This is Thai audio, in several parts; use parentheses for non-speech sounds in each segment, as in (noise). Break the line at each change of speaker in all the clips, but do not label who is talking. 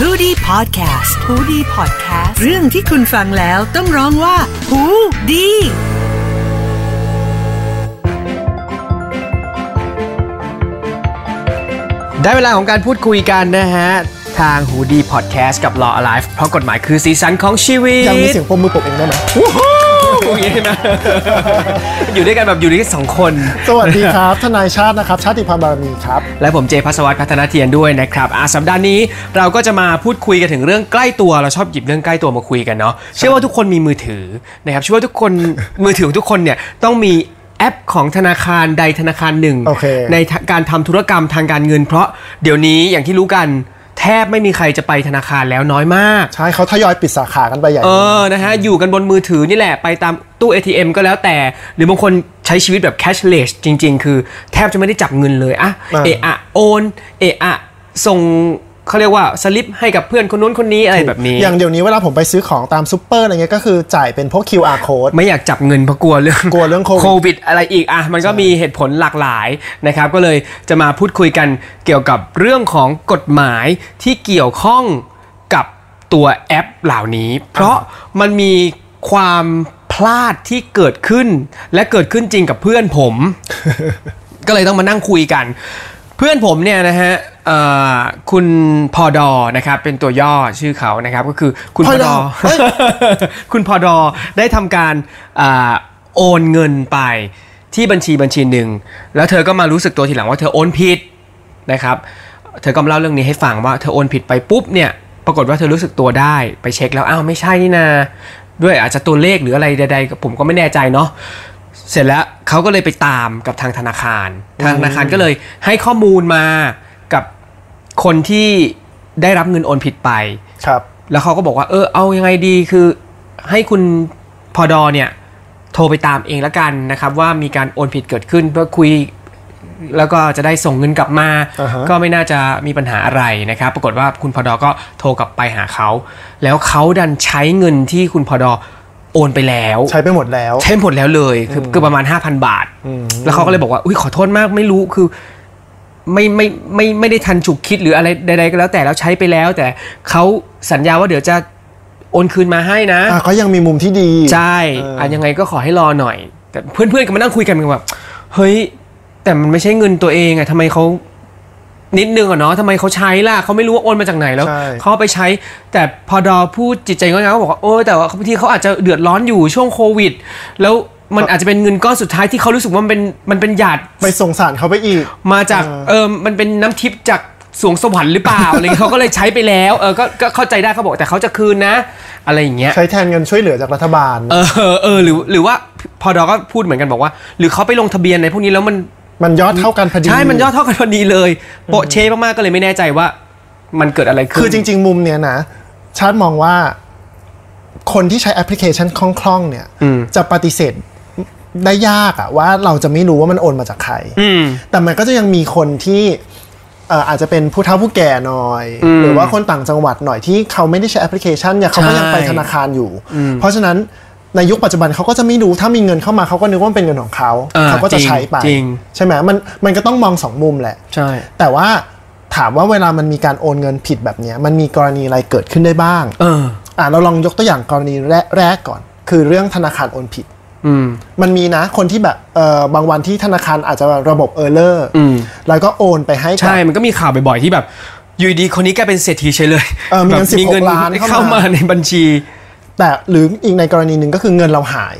h o ดี้พอดแคสต์ฮูดี้พอดแคสต์เรื่องที่คุณฟังแล้วต้องร้องว่าหูดี
ได้เวลาของการพูดคุยกันนะฮะ ทางหูดีพอดแคสต์กับ Law Alive เพราะกฎหมายคือสีสันของชีวิต
ยังมีเสียงปมมือปกเองได้ไหม
วู้ฮู้อย่างนี้นะ (laughs) อยู่ด้วยกันแบบอยู่ด้วยกันสองคน
สวัสดีครับ ทนายชาตินะครับ ชาติพันธ์บารมีครับ
และผมเจพัสวัตพัฒนาเทียนด้วยนะครับอาสัปดาห์นี้เราก็จะมาพูดคุยกันถึงเรื่องใกล้ตัวเราชอบหยิบเรื่องใกล้ตัวมาคุยกันเนาะเชื่อว่าทุกคนมีมือถือนะครับเชื่อว่าทุกคน มือถือของทุกคนเนี่ยต้องมีแอปของธนาคารใดธนาคารหนึ่ง
โอเค
ในการทำธุรกรรมทางการเงิน เพราะเดี๋ยวนี้อย่างที่รู้กันแทบไม่มีใครจะไปธนาคารแล้วน้อยมาก
ใช่เขาทยอยปิดสาขากันไปใหญ่
เอ
เลย
อ นะฮะ อยู่กันบนมือถือนี่แหละ ไปตามตู้ ATM ก็แล้วแต่ หรือบางคนใช้ชีวิตแบบ cashless จริง ๆ คือแทบจะไม่ได้จับเงินเลยอะ
อ่า
เอะอะโอน เอะอะส่งเขาเรียกว่าสลิปให้กับเพื่อนคนนู้นคนนี้อะไรแบบนี้
อย่างเดี๋ยวนี้เวลาผมไปซื้อของตามซูเปอร์อะไรเงี้ยก็คือจ่ายเป็นพวก QR code
ไม่อยากจับเงินเพราะกลัวเรื่อง
กลัวเรื่องโควิด
วิดอะไรอีกอ่ะมันก็มีเหตุผลหลากหลายนะครับ ก็เลยจะมาพูดคุยกันเกี่ยวกับเรื่องของกฎหมายที่เกี่ยวข้องกับตัวแอปเหล่านี้ เพราะมันมีความพลาดที่เกิดขึ้น และเกิดขึ้นจริงกับเพื่อนผม ก็เลยต้องมานั่งคุยกัน เพื่อนผมเนี่ยนะฮะเอ่อคุณพอดอนะครับเป็นตัวย่อชื่อเขานะครับก็คือคุณพอดอ
พอดอเฮ้ย
(laughs) คุณพอดอได้ทำการอาโอนเงินไปที่บัญชีบัญชีหนึ่ง แล้วเธอก็มารู้สึกตัวทีหลังว่าเธอโอนผิดนะครับ เธอก็มาเล่าเรื่องนี้ให้ฟังว่าเธอโอนผิดไปปุ๊บเนี่ยปรากฏว่าเธอรู้สึกตัวได้ไปเช็คแล้วอ้าวไม่ใช่นี่นา ด้วยอาจจะตัวเลขหรืออะไรใดๆก็ผมก็ไม่แน่ใจเนาะ เสร็จแล้วเขาก็เลยไปตามกับทางธนาคาร ทางธนาคารก็เลยให้ข้อมูลมากับคนที่ได้รับเงินโอนผิดไป
ครับ
แล้วเขาก็บอกว่าเออเอายังไงดีคือให้คุณพอดอเนี่ยโทรไปตามเองละกันนะครับว่ามีการโอนผิดเกิดขึ้นเพื่อคุย แล้วก็จะได้ส่งเงินกลับมา
อ่าฮะ
ก็ไม่น่าจะมีปัญหาอะไรนะครับ ปรากฏว่าคุณพอดอก็โทรกลับไปหาเขา แล้วเขาดันใช้เงินที่คุณพอดอโอนไปแล้ว
ใช้ไปหมดแล้ว
ใช้หมดแล้วเลยคือคือประมาณ 5,000 บาท แล้วเขาก็เลยบอกว่าอุ้ยขอโทษมากไม่รู้คือไม่ไม่ไม่ไม่ได้ทันฉุกคิดหรืออะไรใดๆก็แล้วแต่แล้วใช้ไปแล้ว แต่เขาสัญญาว่าเดี๋ยวจะโอนคืนมาให้นะ
อ่ะก็ยังมีมุมที่ดี
ใช่
เอออั
อันยังไงก็ขอให้รอหน่อย แต่เพื่อนๆก็มานั่งคุยกันกันแบบเฮ้ย แต่มันไม่ใช่เงินตัวเองอะทำไมเขานิดนึงอะเนาะทำไมเขาใช้ล่ะเขาไม่รู้ว่าโอนมาจากไหนแล้ว
ใช่
เขาเอาไปใช้ แต่พอดอพูดจิตใจงดงามก็บอกว่าโอ้แต่ว่าบางทีเขาอาจจะเดือดร้อนอยู่ช่วงโควิด แล้วมันอาจจะเป็นเงินก้อนสุดท้ายที่เขารู้สึกว่ามันเป็นมันเป็นหยาด
ไปส่งสารเขาไปอีก
มาจากเออมันเป็นน้ำทิพย์จากสวงสวรรค์หรือเปล่าอะไรเงี้ยเขาก็เลยใช้ไปแล้วเออก็ก็เข้าใจได้เขาบอกแต่เขาจะคืนนะ อะไรอย่างเงี้ย
ใช้แทนเงินช่วยเหลือจากรัฐบาล
เออเออหรือหรือว่าพอดอก็พูดเหมือนกันบอกว่า หรือเขาไปลงทะเบียนในพวกนี้แล้วมัน
มันยอดเท่ากันพอดี
ใช่มันยอดเท่ากันพอดีเลยโปะเชมากๆก็เลยไม่แน่ใจว่า มันเกิดอะไรขึ้น
คือจริง ๆ มุมเนี้ยนะ ชาติมองว่า คนที่ใช้แอปพลิเคชันคล่องๆเนี่ย จะปฏิเสธได้ยากอะว่าเราจะไม่รู้ว่ามันโอนมาจากใคร
อืม
แต่มันก็จะยังมีคนที่เอ่ออาจจะเป็นผู้เฒ่าผู้แก่หน่อย หรือว่าคนต่างจังหวัดหน่อยที่เขาไม่ได้ใช้แอปพลิเคชันเนี่ยเขาก็ยังไปธนาคารอยู่ เพราะฉะนั้นในยุคปัจจุบันเขาก็จะไม่รู้ถ้ามีเงินเข้ามาเขาก็นึกว่ามันเป็นเงินของเขา
อ่า
เขาก็จะใช้ไป
จริง
ใช่ไหมมันมันก็ต้องมองสองมุมแหละ
ใช่
แต่ว่าถามว่าเวลามันมีการโอนเงินผิดแบบเนี้ยมันมีกรณีอะไรเกิดขึ้นได้บ้าง
เออ
อ่ะเราลองยกตัวอย่างกรณีแรกแรกก่อน คือเรื่องธนาคารโอนผิด
อืม
มันมีนะคนที่แบบเออบางวันที่ธนาคารอาจจะระบบเออร์เลอร์แล้วก็โอนไปให้กับ
ใช่มันก็มีข่าวบ่อยๆที่แบบอยู่ดีคนนี้กลายเป็นเศรษฐีเฉยเลย
เออมีเงิน
แบบ
16ล้านเข้ามา
เข้ามาในบัญชี
แต่หรืออีกในกรณีหนึ่งก็คือเงินเราหาย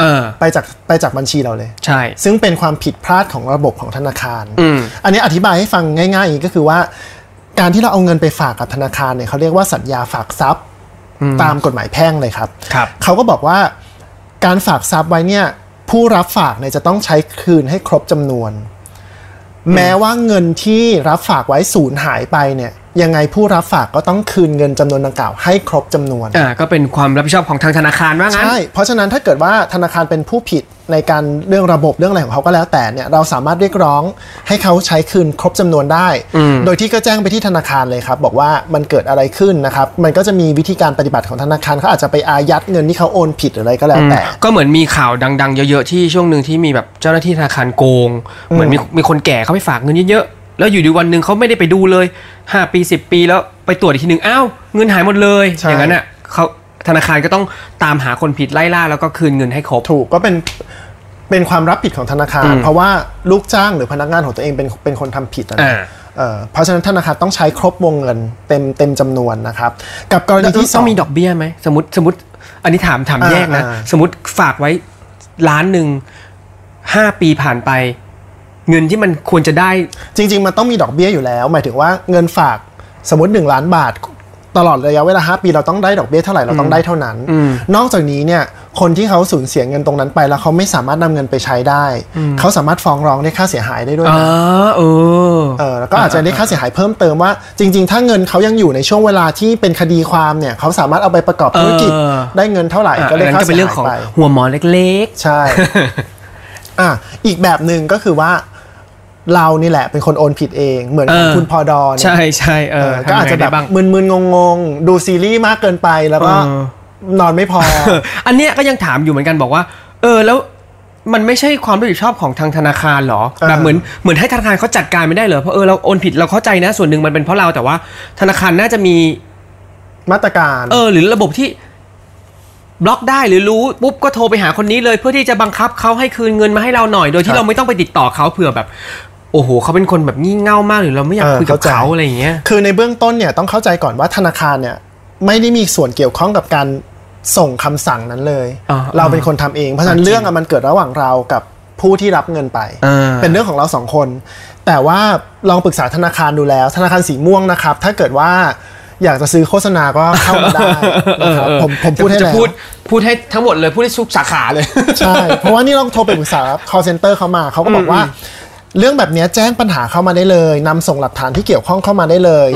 เออ
ไปจากไปจากบัญชีเราเลย
ใช่
ซึ่งเป็นความผิดพลาดของระบบของธนาคาร
อืม
อันนี้อธิบายให้ฟังง่ายๆอย่างนี้ก็คือว่า การที่เราเอาเงินไปฝากกับธนาคารเนี่ยเขาเรียกว่าสัญญาฝากทรัพย์ตามกฎหมายแพ่งเลยครับ
ครับ
เขาก็บอกว่าการฝากทรัพย์ไว้เนี่ยผู้รับฝากเนี่ยจะต้องใช้คืนให้ครบจำนวน แม้ว่าเงินที่รับฝากไว้สูญหายไปเนี่ยยังไงผู้รับฝากก็ต้องคืนเงินจำนวนดังกล่าวให้ครบจำนวน
อ่าก็เป็นความรับผิดชอบของทางธนาคารว่างั้น
ใช่ เพราะฉะนั้นถ้าเกิดว่าธนาคารเป็นผู้ผิดในการเรื่องระบบเรื่องอะไรของเขาก็แล้วแต่เนี่ยเราสามารถเรียกร้องให้เขาใช้คืนครบจำนวนได้ โดยที่ก็แจ้งไปที่ธนาคารเลยครับ บอกว่ามันเกิดอะไรขึ้นนะครับ มันก็จะมีวิธีการปฏิบัติของธนาคารเขาอาจจะไปอายัดเงินที่เขาโอนผิดหรืออะไรก็แล้วแต่
ก็เหมือนมีข่าวดังๆ เยอะๆ ที่ช่วงหนึ่งที่มีแบบเจ้าหน้าที่ธนาคารโกง เหมือนมีมีคนแก่เขาไปฝากเงินเยอะๆ แล้วอยู่ดีวันหนึ่งเขาไม่ได้ไปดูเลย 5 ปี 10 ปีแล้ว ไปตรวจอีกทีหนึ่งอ้าวเงินหายหมดเลย
ใช่
อย่างนั้นอ่ะเขาธนาคารก็ต้องตามหาคนผิดไล่ล่าแล้วก็คืนเงินให้ครบ
ถูกก็เป็นเป็นความรับผิดของธนาคาร เพราะว่าลูกจ้างหรือพนักงานของตัวเองเป็นเป็นคนทำผิดอะนะ
อ่า
เอ่อเพราะฉะนั้นธนาคารต้องใช้ครบวงเงินเต็มเต็มจำนวนนะครับ กับกรณี
แล้วต้อง
ที่ส
ต้อ
อ
ง งมีดอกเบี้ยไหมสมมติสมมติอันนี้ถามถาม
อ่า
แยกนะ
อ่า
สมมติฝากไว้ล้านหนึ่งห้าปีผ่านไป เงินที่มันควรจะได้
จริง ๆ มันต้องมีดอกเบี้ยอยู่แล้ว หมายถึงว่าเงินฝากสมมติ 1 ล้านบาท ตลอดระยะเวลา 5 ปีเราต้องได้ดอกเบี้ยเท่าไหร่เราต้องได้เท่านั้น นอกจากนี้เนี่ยคนที่เขาสูญเสียเงินตรงนั้นไป แล้วเขาไม่สามารถนำเงินไปใช้ได้ เขาสามารถฟ้องร้องเรียกค่าเสียหายได้ด้วย
อ๋อ
นะ
เออ
เออแล้วก็อาจจะได้ค่าเสียหายเพิ่มเติมว่า จริง ๆ ถ้าเงินเขายังอยู่ในช่วงเวลาที่เป็นคดีความเนี่ยเขาสามารถเอาไปประกอบธุรกิจ
เออ
ได้เงินเท่าไหร่
อ่ะ
ก็
อัน
เรียก
นั้น
ค่า
ก็
เสี
เป็น
ย
เรื่อง
หาย
ของ
ไป
หัวหมอเล็ก
ใช่ อ่ะ อีกแบบหนึ่งก็คือว่าเรานี่แหละเป็นคนโอนผิดเอง เหมือนของ
เออ
คุณพอดอ
ๆ
เนี่ย
ใช่ใช่เอ
เอ
อ
อก็อาจจะ
ทำยังไง
แบ
ได้
บ
บ้าง
มึนๆ งงๆ ดูซีรีส์มากเกินไปแล้วก็
เออ
นอนไม่พอ
เอออันเนี้ยก็ยังถามอยู่เหมือนกันบอกว่า เออแล้วมันไม่ใช่ความรับผิดชอบของทางธนาคารเหรอ
เออ
แบบเหมือนเหมือนให้ธนาคารเขาจัดการไม่ได้เหรอเพราะเออเราโอนผิดเราเข้าใจนะส่วนหนึ่งมันเป็นเพราะเราแต่ว่า ธนาคารน่าจะมี
มาตรการ
เออหรือระบบที่บล็อกได้หรือรู้ปุ๊บก็โทรไปหาคนนี้เลย เพื่อที่จะบังคับเขาให้คืนเงินมาให้เราหน่อย โดยที่เราไม่ต้องไปติดต่อเขาเผื่อแบบ โอ้โหเขาเป็นคนแบบงี่เง่ามากหรือเราไม่อยากคุยกับเขาอะไรอย่างเงี้ย
คือในเบื้องต้นเนี่ยต้องเข้าใจก่อนว่าธนาคารเนี่ยไม่ได้มีส่วนเกี่ยวข้องกับการส่งคำสั่งนั้นเลย
อ่า
เราเป็นคนทำเอง เพราะฉะนั้น
อ่าจริง
เรื่องอะมันเกิดระหว่างเรากับผู้ที่รับเงินไป
อ่า
เป็นเรื่องของเราสองคน แต่ว่าลองปรึกษาธนาคารดูแล้ว ธนาคารสีม่วงนะครับ ถ้าเกิดว่าอยากจะซื้อโฆษณาก็เข้ามาได้นะครับผมผมพูดให้
จะ
แล้ว
พูดพูดให้ทั้งหมดเลยพูดให้ทุกสาขาเลย
ใช่ เพราะว่านี่ลองโทรไปปรึกษา call center เขามาเขาก็บอกว่า เรื่องแบบเนี้ยแจ้งปัญหาเข้ามาได้เลยนำส่งหลักฐานที่เกี่ยวข้องเข้ามาได้เลย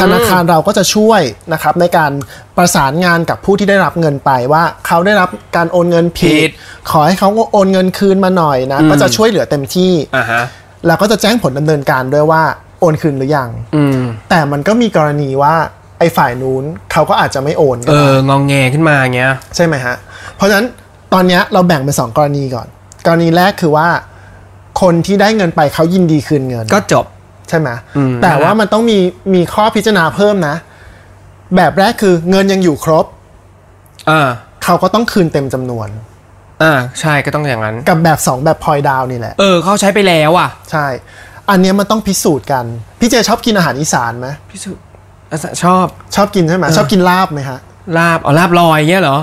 ธนาคารเราก็จะช่วยนะครับในการประสานงานกับผู้ที่ได้รับเงินไปว่าเขาได้รับการโอนเงินผิ
ผิ
ด
ด
ขอให้เขาโอนเงินคืนมาหน่อยนะก็จะช่วยเหลือเต็มที่
อ่าฮะ
แล้วก็จะแจ้งผลดำเนินการด้วยว่าโอนคืนหรือยัง
อืม
แต่มันก็มีกรณีว่าไอ้ฝ่ายนู้นเขาก็อาจจะไม่โอนก็
เอ
ได้
ององแงขึ้นมาเงี้ย
ใช่ไหมฮะ เพราะฉะนั้นตอนเนี้ยเราแบ่งเป็นสองกรณีก่อน กรณีแรกคือว่า คนที่ได้เงินไปเขายินดีคืนเงิน
ก็จบ
ใช่ไหม
อืม
แต่ว่ามันต้องมีมีข้อพิจารณาเพิ่มนะ แบบแรกคือเงินยังอยู่ครบ
อ่า
เขาก็ต้องคืนเต็มจำนวน
อ่าใช่ก็ต้องอย่างนั้น
กับแบบสองแบบพลอยดาวนี่แหละ
เออเขาใช้ไปแล้วอ่ะ
ใช่ อันเนี้ยมันต้องพิสูจน์กันพี่เจชอบกินอาหารอีสานไหม
พี่สุอ่ะชอบ
ชอบกินใช่ไหมชอบกินลาบไหมฮะ
ลาบอ๋อลาบลอยเงี้ยเหรอ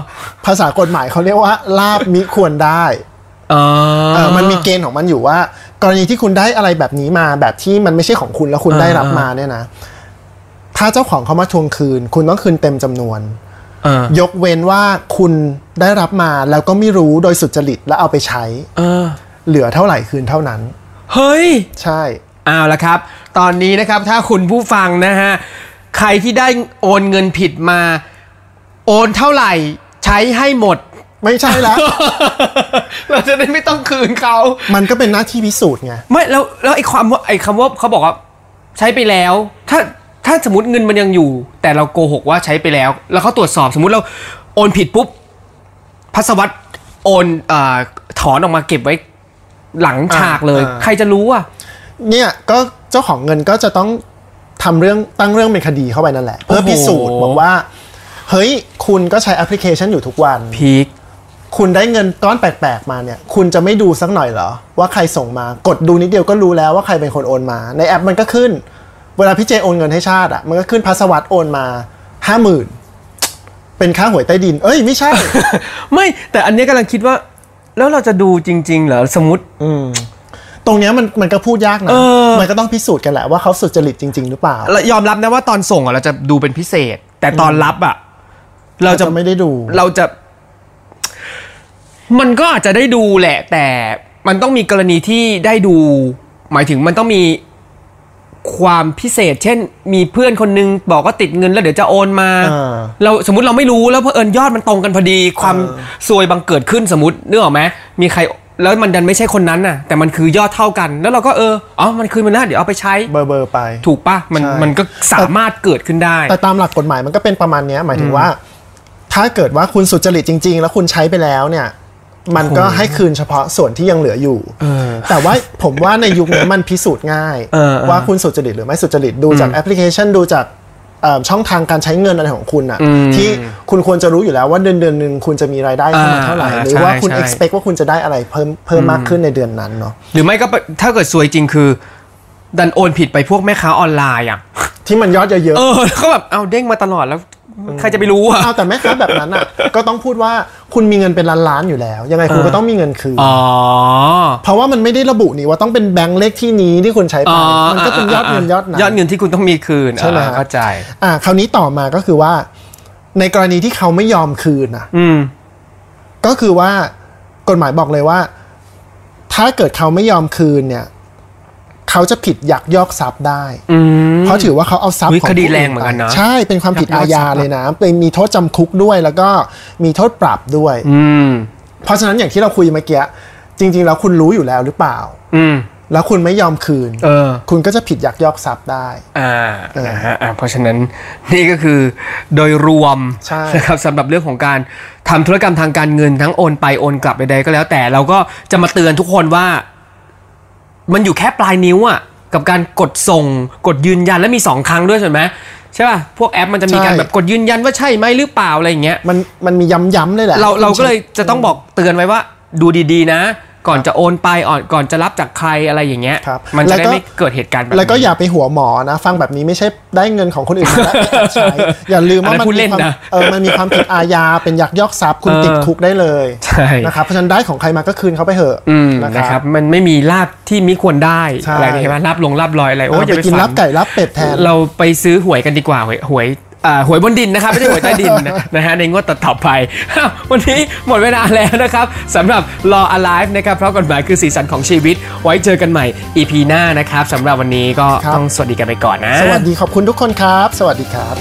ภาษากฎหมายเขาเรียกว่า ลาบมิควรได้
อ๋อ
เออมันมีเกณฑ์ของมันอยู่ว่า กรณีที่คุณได้อะไรแบบนี้มาแบบที่มันไม่ใช่ของคุณแล้วคุณได้รับมาเนี่ยนะ ถ้าเจ้าของเขามาทวงคืน คุณต้องคืนเต็มจำนวน
เออย
กเว้นว่าคุณได้รับมาแล้วก็ไม่รู้โดยสุจริตแล้วเอาไปใช้
เออ
เหลือเท่าไหร่คืนเท่านั้น
เฮ้ย
ใช่
เอาละครับ ตอนนี้นะครับถ้าคุณผู้ฟังนะฮะ ใครที่ได้โอนเงินผิดมา โอนเท่าไหร่ใช้ให้หมด
ไม่ใช่แล้ว (laughs)
เราจะได้ไม่ต้องคืนเขา
มันก็เป็นหน้าที่พิสูจน์ไง
ไม่แล้วแล้วไอ้ความว่าไอ้คำว่าเขาบอกว่าใช้ไปแล้ว ถ้าถ้าสมมติเงินมันยังอยู่ แต่เราโกหกว่าใช้ไปแล้ว แล้วเขาตรวจสอบสมมติเราโอนผิดปุ๊บพัสวัตโอนเออถอนออกมาเก็บไว้หลังฉากเลย
อ่า
ใครจะรู้อ่ะ
เนี่ยก็เจ้าของเงินก็จะต้องทำเรื่องตั้งเรื่องเป็นคดีเข้าไปนั่นแหละ เพื่อ
โอ้โห
พิสูจน์บอกว่า เฮ้ย คุณก็ใช้แอปพลิเคชันอยู่ทุกวัน
พีค
คุณได้เงินก้อนแปลกๆมาเนี่ย คุณจะไม่ดูสักหน่อยเหรอ ว่าใครส่งมา กดดูนิดเดียวก็รู้แล้วว่าใครเป็นคนโอนมา ในแอปมันก็ขึ้น เวลาพี่เจโอนเงินให้ชาติอ่ะ มันก็ขึ้นพาสวัสดโอนมาห้าหมื่นเป็นค่าหวยใต้ดิน เอ้ยไม่ใช่
ไม่แต่อันเนี้ยกำลังคิดว่า แล้วเราจะดูจริง ๆ เหรอ สมมติ
(laughs) อืมตรงเนี้ยมันมันก็พูดยากนะ
เออ
มันก็ต้องพิสูจน์กันแหละว่าเขาสุจริตจริง ๆ หรือเปล่า
เรายอมรับนะว่าตอนส่งอะเราจะดูเป็นพิเศษ แต่ตอนรับอะเราจะ
เราจะไม่ได้ดู
เราจะ มันก็อาจจะได้ดูแหละ แต่มันต้องมีกรณีที่ได้ดู หมายถึงมันต้องมีความพิเศษ เช่น มีเพื่อนคนนึงบอกว่าติดเงินแล้วเดี๋ยวจะโอนมา
อ่า
เราสมมติเราไม่รู้แล้วเพอเอิญยอดมันตรงกันพอดี ความซวยบังเกิดขึ้นสมมตินึกออกไหมมีใครแล้วมันดันไม่ใช่คนนั้นน่ะ แต่มันคือยอดเท่ากัน แล้วเราก็เอออ๋อมันคืนมาแล้วเดี๋ยวเอาไปใช้
เบอร์เบอร์ไป
ถูกปะมัน
ใช่
มันก็สามารถเกิดขึ้นได้
แต่ตามหลักกฎหมายมันก็เป็นประมาณเนี้ยหมายถึงว่า ถ้าเกิดว่าคุณสุจริตจริง ๆ แล้วคุณใช้ไปแล้วเนี่ย มันก็ให้คืนเฉพาะส่วนที่ยังเหลืออยู่แต่ว่าผมว่าในยุคนี้มันพิสูจน์ง่าย
เออเออ
ว่าคุณสุจริตหรือไม่สุจริตดูจากแอปพลิเคชันดูจาก เอ่อช่องทางการใช้เงินอะไรของคุณอ่ะ
อืม
ที่คุณควรจะรู้อยู่แล้วว่าเดือนเดือนหนึ่งคุณจะมีรายได้เข้ามาเท่าไหร่
อ่า
หรือว่าคุณ
ใช่ใช่
expect ว่าคุณจะได้อะไรเพิ่มเพิ่มมากขึ้นในเดือนนั้นเนาะ
หรือไม่ก็ไปถ้าเกิดซวยจริงคือ ดันโอนผิดไปพวกแม่ค้าออนไลน์อ่ะ
ที่มันยอดเยอะ
เออแล้วก็แบบเอาเด้งมาตลอดแล้วใครจะไปรู้อ่ะ
ๆเอาแต่แม่ค้าแบบนั้นอ่ะ ก็ต้องพูดว่าคุณมีเงินเป็นล้านๆอยู่แล้ว ยังไงคุณก็ต้องมีเงินคืน
อ๋อ
เพราะว่ามันไม่ได้ระบุนี่ว่าต้องเป็นแบงค์เลขที่นี้ที่คุณใช้ไป
อ๋อ
มันก็เป็นยอดเงินยอดนั้น
ยอดเงินที่คุณต้องมีคืน
ใช่ไหม
อ่าเข้าใจ
อ่าคราวนี้ต่อมาก็คือว่า ในกรณีที่เขาไม่ยอมคืนนะ
อืม
ก็คือว่ากฎหมายบอกเลยว่า ถ้าเกิดเขาไม่ยอมคืนเนี่ย เขาจะผิดยักยอกทรัพย์ได้
อืม
เพราะถือว่าเขาเอาทรัพย์
อุ๊
ข
ย
อง
คดี
ผู้
แรงเหมือนกันนะ
ไปใช่เป็นความผิด
ยั
อาก
ยอกทรัพ
ญา
ย์
เลยนะเป็นมีโทษจำคุกด้วยแล้วก็มีโทษปรับด้วย
อืม
เพราะฉะนั้นอย่างที่เราคุยเมื่อกี้จริง ๆ แล้วคุณรู้อยู่แล้วหรือเปล่า
อืม
แล้วคุณไม่ยอมคืน
เออ
คุณก็จะผิดยักยอกทรัพย์ได้
อ่า
เออ
นะฮะอ่าเพราะฉะนั้นนี่ก็คือโดยรวม
ใช่
นะครับสำหรับเรื่องของการทำธุรกรรมทางการเงินทั้งโอนไปโอนกลับใดๆก็แล้ว แต่เราก็จะมาเตือนทุกคนว่า มันอยู่แค่ปลายนิ้วอะกับการกดส่ง กดยืนยันและมีสองครั้งด้วยใช่ไหมใช่ป่ะพวกแอปมันจะมีการแบบกดยืนยันว่าใช่ไหมหรือเปล่าอะไรอย่างเงี้ย
มันมันมีย้ำๆเลยแหละ
เราเราก็เลยจะต้องบอกเตือนไว้ว่า ดูดีๆนะ ก่อนจะโอนไปอ่อนก่อนจะรับจากใครอะไรอย่างเงี้ย
ครับ
มันจะ
แล้
ได้
วก็
ไม่เกิดเหตุการณ์แบบนี้
แล้วก็อย่าไปหัวหมอนะ ฟังแบบนี้ไม่ใช่ได้เงินของคนอื่นมา
(laughs)
แล้วไปแอบใช้ อย่าลืมว่า
อันนั้
มัน น
พูดเล่
มี
น
ความ
นะ
เออมันมีความผิดอาญาเป็นยักยอกทรัพย์คุณ
เออ
ติดคุกได้เลย
ใช่
นะครับเพราะฉะนั้นได้ของใครมาก็คืนเขาไปเถอะ
อืม
นะ
นะค
ค
รั
รับ บ
มันไม่มีลาบที่มิควรได้
ใช่
อะไรใช่ไหมลาบลงลาบลอยอะไรโอ้ย
เอา
อย่า
ไป
ไป
กิน
ฝั
รับไก่รับเป็ดแทน
เราไปซื้อหวยกันดีกว่าหวยหวยอ่าหวยบนดินนะครับ ไม่ใช่หวยใต้ดิน
(laughs)
นะ นะฮะในงวดต่อๆไป (laughs) อ้าววันนี้หมดเวลาแล้วนะครับสำหรับ Law Alive นะครับเพราะกฎหมายคือสีสันของชีวิต ไว้เจอกันใหม่ EP หน้านะครับสำหรับวันนี้ก็
ครับ
ต้องสวัสดีกันไปก่อนนะ
สวัสดีขอบคุณทุกคนครับ สวัสดีครับ